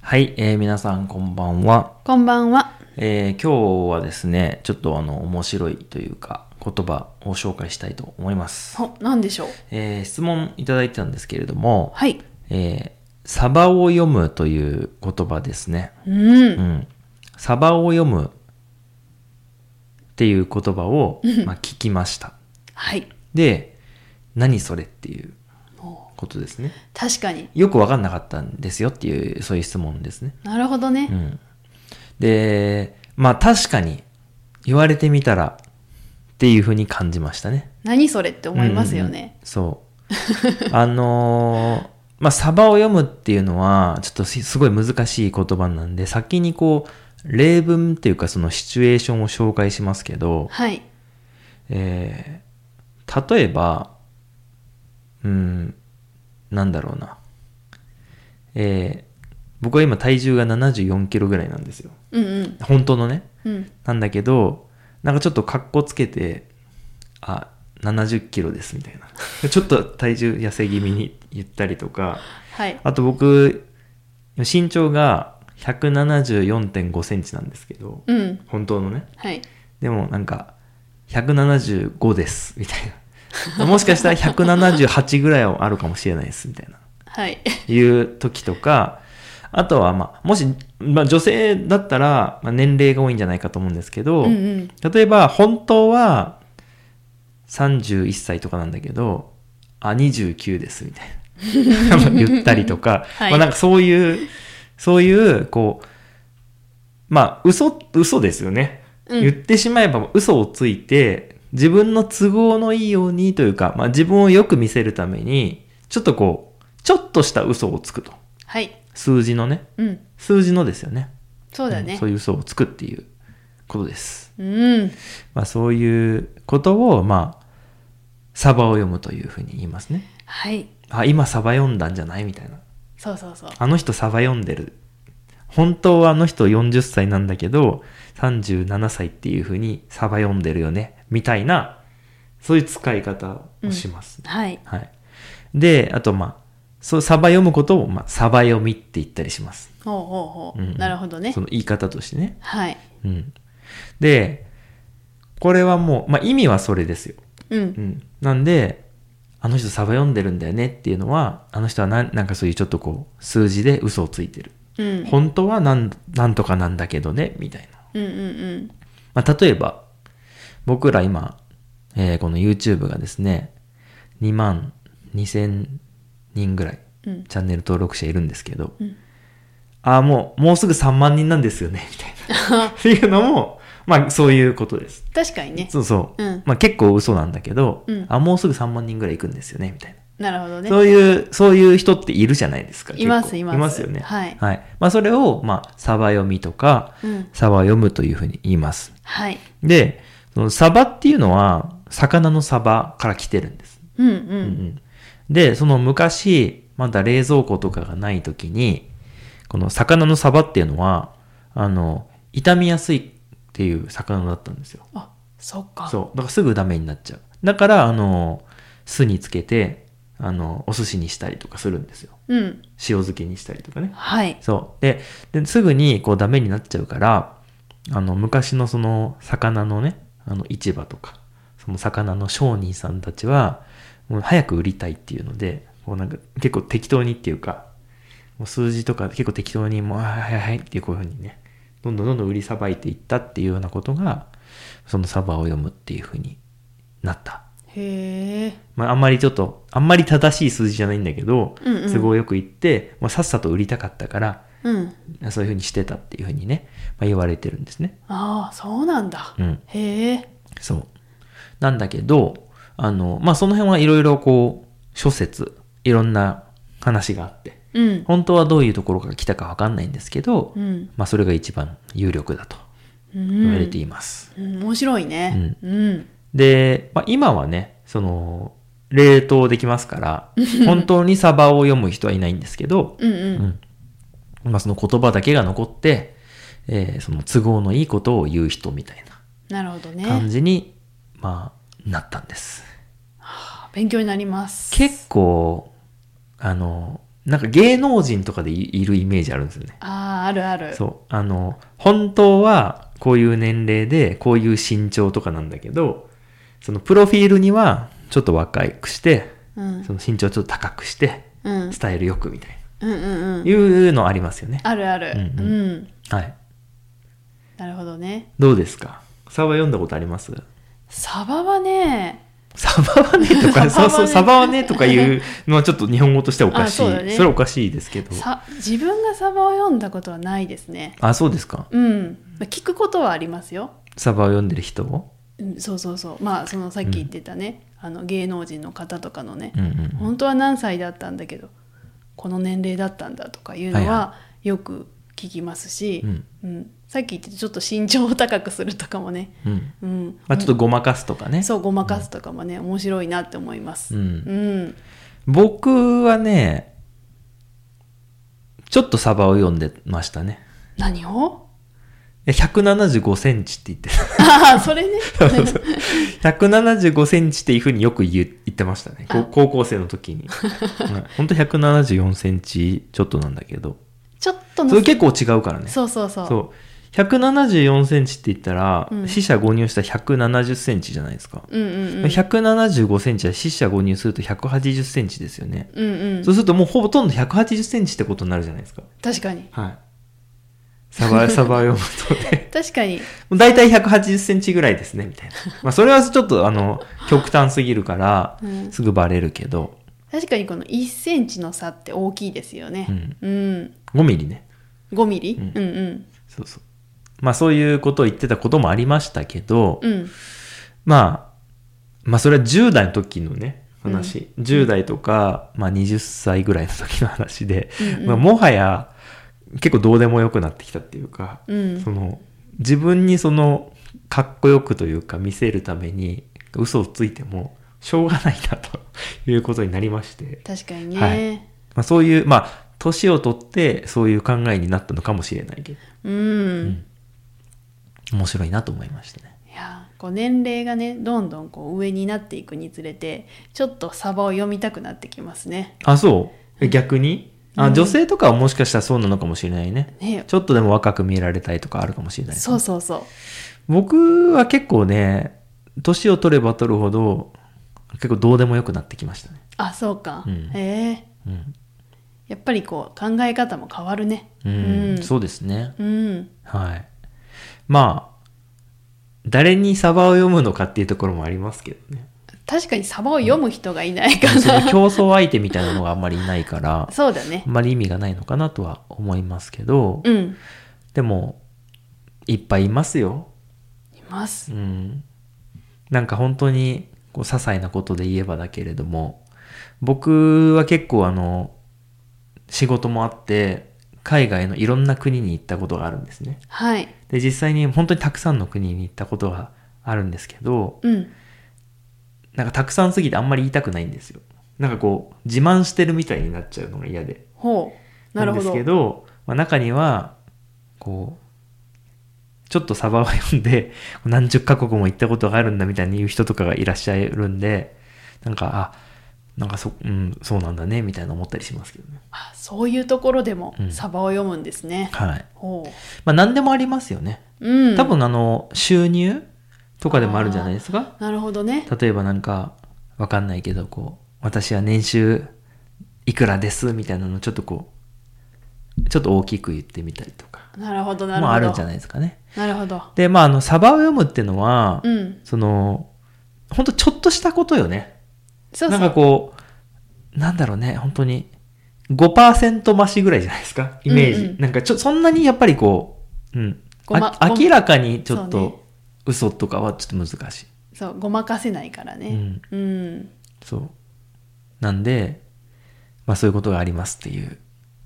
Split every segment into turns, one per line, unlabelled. はい、えー皆さんこんばんは、
こんばんは。
えー今日はですね、ちょっとあの、面白いというか、言葉を紹介したいと思います。
お、なんでしょう。
えー質問いただいてたんですけれども、
はい。
えーサバを読むという言葉ですね。
うん。
うん。サバを読むっていう言葉を、まあ、聞きました。
はい。
で、何それっていう
お
ことですね。
確かに。
よくわかんなかったんですよっていう、そういう質問ですね。
なるほど
う
ね。
ん。で、まあ確かに言われてみたらっていうふうに感じましたね。
何それって思いますよね。
うんうんうん。そう。 あのーまあサバを読むっていうのはちょっとすすごい難しい言葉なんで先にこう例文っていうかそのシチュエーションを紹介しますけど、
はい。
えー例えば、うん、なんだろうな。えー僕は今体重が74キロぐらいなんですよ。
うんうん。
本当のね。
うん。
なんだけど、なんかちょっと格好つけて、あ、70キロですみたいな。ちょっと体重痩せ気味に言ったりとか、
はい。
あと僕、身長が174.5センチなんですけど、
うん。
本当のね。
はい。
でもなんか、175です、みたいな。もしかしたら178ぐらいはあるかもしれないです、みたいな。
はい。
いう時とか、あとはまあ、もし、まあ女性だったら、まあ、年齢が多いんじゃないかと思うんですけど、
うんうん。
例えば本当は31歳とかなんだけど、あ、29です、みたいな。 言ったりとか、
はい
まあなんかそういう、そういう、こう、まあ嘘、嘘ですよね。
うん
言ってしまえば嘘をついて、自分の都合のいいようにというか、まあ自分をよく見せるために、ちょっとこう、ちょっとした嘘をつくと。
はい。
数字のね。
うん。
数字のですよね。
そうだ
ん
ね
そう。いう嘘をつくっていうことです。
うん。
まあ、そういうことを、まあ、サバを読むというふうに言いますね。
はい。
あ、今サバ読んだんじゃないみたいな。
そうそうそう。
あの人サバ読んでる。本当はあの人40歳なんだけど、37歳っていうふうにサバ読んでるよね。みたいな、そういう使い方をします。
はい。
はい。で、あと、まあ、そう、サバ読むことを、まあ、サバ読みって言ったりします。
ほうほうほ
うんうん
う。なるほどね
そ。の言い方としてね。
はい。
うん。で、これはもう、まあ、意味はそれですよ。
うん
う。ん、なんであの人サバ読んでるんだよねっていうのはあの人はなんなんかそういうちょっとこう数字で嘘をついてる、
うん。
本当はなんなんとかなんだけどねみたいな、
うんうん
まあ、例えば僕ら今、えーこの YouTube がですね2万2000人ぐらい
うん。うん。
チャンネル登録者いるんですけど、
うん
ああもうもうすぐ3万人なんですよねみたい なっていうのもまあそういうことです
確かにね。
そうそう、
うん
まあ結構嘘なんだけど、
うん
あもうすぐ3万人ぐらい行くんですよねみたいな
なるほどね。
そういう、そういう人っているじゃないですか。
いま
結
す
構
います
いますよね。
はい
まあ、それを、まあ、サバ読みとか、
うん。
サバ読むというふうに言います。
はい。
で、そのサバっていうのは、魚のサバから来てるんです。
うんう。
うんんで、その昔、まだ冷蔵庫とかがない時に、この魚のサバっていうのは、あの、傷みやすいっていう魚だったんですよ。
あ、そっか。
そう。だからすぐダメになっちゃう。だから、あの、酢につけて、あの、お寿司にしたりとかするんですよ。
うん。
塩漬けにしたりとかね。
はい。
そう。で、ですぐにこうダメになっちゃうから、あの、昔のその魚のね、あの、市場とか、その魚の商人さんたちは、もう早く売りたいっていうので、こうなんか結構適当にっていうか、もう数字とか結構適当に、もう、あはいはいはいっていうこういうふうにね、どんどんどんどん売りさばいていったっていうようなことが、そのサバを読むっていうふうになった。
へえ。
まあ、あんまりちょっと、あんまり正しい数字じゃないんだけど、
うんうん
都合よく言って、まあ、さっさと売りたかったから、
うん。
そういうふうにしてたっていうふうにね、まあ、言われてるんですね。
ああ、そうなんだ。
うん。
へえ。
そう。なんだけど、あの、まあ、その辺はいろいろこう、諸説、いろんな話があって、
うん。
本当はどういうところから来たかわかんないんですけど、
うん。
まあ、それが一番有力だと
う
言われ
ん。
ています。
うん面白いね。うん。
で、まあ、今はね、その、冷凍できます から、本当にサバを読む人はいないんですけど、
うん
う
うん
んまあ、その言葉だけが残って、えーその都合のいいことを言う人みたいな
なるほど
感
ね。
じに、まあ、なったんです。
勉強になります。
結構、あの、なんか芸能人とかでいいるイメージあるんですよね。
ああ、あるある。
そう。あの、本当はこういう年齢で、こういう身長とかなんだけど、そのプロフィールにはちょっと若くして、
うん。
その身長ちょっと高くして、
うん。
スタイルよくみたい
うんうんう
な。
ん。
いうのありますよね。
あるある。
うん
う。
うんはい。
なるほどね。
どうですかサバ読んだことあります
サバはね、
サバはねとか、
サ
そ
バはね
うそう、サバはねとか言うのはちょっと日本語としてはおかしい。
あそうだね
れはおかしいですけど。
さ自分がサバを読んだことはないですね。
あ、そうですか。
うん。まあ聞くことはありますよ。
サバを読んでる人を
うん、そうそうそう。まあ、そのさっき言ってたね、あの芸能人の方とかのね、
うんうん。
本当は何歳だったんだけど、この年齢だったんだとかいうの
はい
はよく聞きますし、
うん
うんさっき言ってたちょっと身長を高くするとかもね、
うん。
うん
まあちょっとごまかすとかね。
そうごまかすとかもね、面白いなって思います。
うん
うん、
僕はね、ちょっとサバを読んでましたね。
何 を
え175センチって言って
ああ それね。
た。175センチっていうふうによく言う言ってましたね。こう高校生の時 に。うんほんと174センチちょっとなんだけど。
ちょっとの
それ結構違うからね。
そうそうそう
そう。174センチって言ったら、
うん
死者誤入した170センチじゃないですか。
うんうんうん
175センチは死者誤入すると180センチですよね。
うんうん
そうするともうほとんど180センチってことになるじゃないですか。
確かに
はい。サ バ、サバ読むとね。
確かに
もう大体180センチぐらいですね、みたいな。まあそれはちょっとあの、極端すぎるから
う、ん
すぐバレるけど、
確かにこの1センチの差って大きいですよね。うん、
5ミリね。
5ミリ、
うん
うん、うん
そうそう。まあそういうことを言ってたこともありましたけど、
うん
まあ、まあそれは10代の時のね、話。10代とか、まあ20歳ぐらいの時の話で、
うん
まあもはや結構どうでもよくなってきたっていうか、
うん
その自分にそのかっこよくというか見せるために嘘をついてもしょうがないなと いうことになりまして、
確かにね、
はいまあ、そういうまあ年を取ってそういう考えになったのかもしれないけど
うん、
面白いなと思いましたね。
いやーこう年齢がねどんどんこう上になっていくにつれてちょっとサバを読みたくなってきますね。
あそうえ逆にあ、女性とかはもしかしたらそうなのかもしれないね。
ね
ちょっとでも若く見えられたいとかあるかもしれないですね
そうそうそう。
僕は結構ね年を取れば取るほど結構どうでもよくなってきましたね。
あそうか、
うん
へえ
うん
やっぱりこう考え方も変わるね。
うん
うん
そうですね。
うん、
はい。まあ、誰にサバを読むのかっていうところもありますけどね。
確かにサバを読む人がいないか
そ
ら、
の競争相手みたいなのがあんまりいないから、
そうだね
あん。まり意味がないのかなとは思いますけど、
うん、
でも、いっぱいいますよ。
います
う。ん。なんか本当に、こう、些細なことで言えばだけれども、僕は結構あの、仕事もあって、海外のいろんな国に行ったことがあるんですね。
はい。
で、実際に本当にたくさんの国に行ったことがあるんですけど、
うん。
なんかたくさんすぎてあんまり言いたくないんですよ。なんかこう、自慢してるみたいになっちゃうのが嫌で。
ほう。なるほど。
んですけど、まあ、中には、こう、ちょっとサバを読んで、何十カ国も行ったことがあるんだみたいに言う人とかがいらっしゃるんで、なんか、あ、なんかそ、うん、そうなんだね、みたいな思ったりしますけどね。
あそういうところでも
うん
サバを読むんですね。
はい。
ほ
まあ、何でもありますよね。
う。うん。
多分、あの、収入とかでもあるんじゃないですか。
なるほどね。
例えばなんかわかんないけどこう私は年収いくらですみたいなのをちょっとこうちょっと大きく言ってみたりとか
なるほどなるほど。
もあるんじゃ
な
な
い
いですかね。
なるほど。
でまああのサバを読むっていうのは、
うん。
そのほんとちょっとしたことよね。
そう
な
そ
ん
う。
かこうなんだろうね本当に5%増しぐらいじゃないですかイメージ、
うんうん
なんかちょそんなにやっぱりこう、うん、
ごま
あ
ごま
明らかにちょっ
そうね
と嘘とかはちょっと難しい。
そう、ごまかせないからね。うん。
そう。なんで、まあそういうことがありますっていう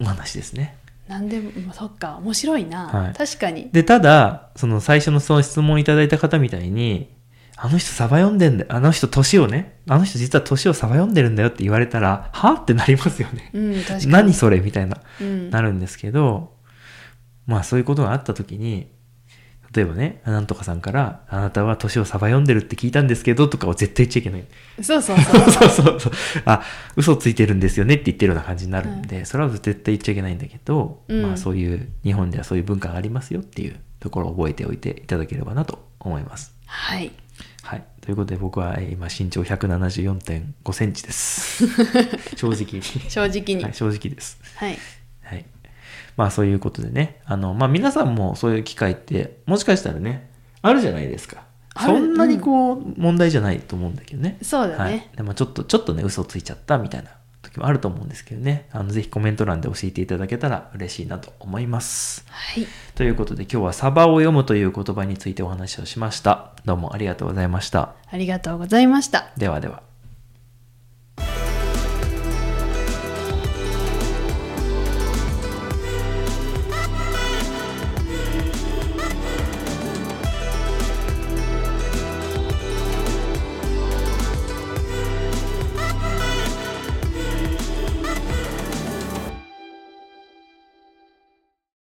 お話ですね。
なんでも、そっか、面白いな。
はい
確かに。
で、ただ、その最初のその質問いただいた方みたいに、あの人サバ読んでんだあの人年をね、あの人実は年をサバ読んでるんだよって言われたら、はってなりますよね。
うん、確かに。
何それみたいな、
うん。
なるんですけど、まあそういうことがあった時に、例えばね、なんとかさんから、あなたは年をさば読んでるって聞いたんですけど、とかを絶対言っちゃいけない。
そうそうそ う
そうそうそう。あ、嘘ついてるんですよねって言ってるような感じになるんで、それは絶対言っちゃいけないんだけど、
うん
まあそういう、日本ではそういう文化がありますよっていうところを覚えておいていただければなと思います。
はい
はい。ということで僕はえー今身長174.5センチです。 正直に。
正直に
はい、正直です。
はい
はい。まあそういうことでね、あの、まあ皆さんもそういう機会って、もしかしたらね、あるじゃないですか。
ある
そんなにこう、問題じゃないと思うんだけどね。
そうだね
はい。でもちょっと、ちょっとね、嘘ついちゃったみたいな時もあると思うんですけどね。あの、ぜひコメント欄で教えていただけたら嬉しいなと思います。
はい
ということで今日はサバを読むという言葉についてお話をしました。どうもありがとうございました。
ありがとうございました
ではでは。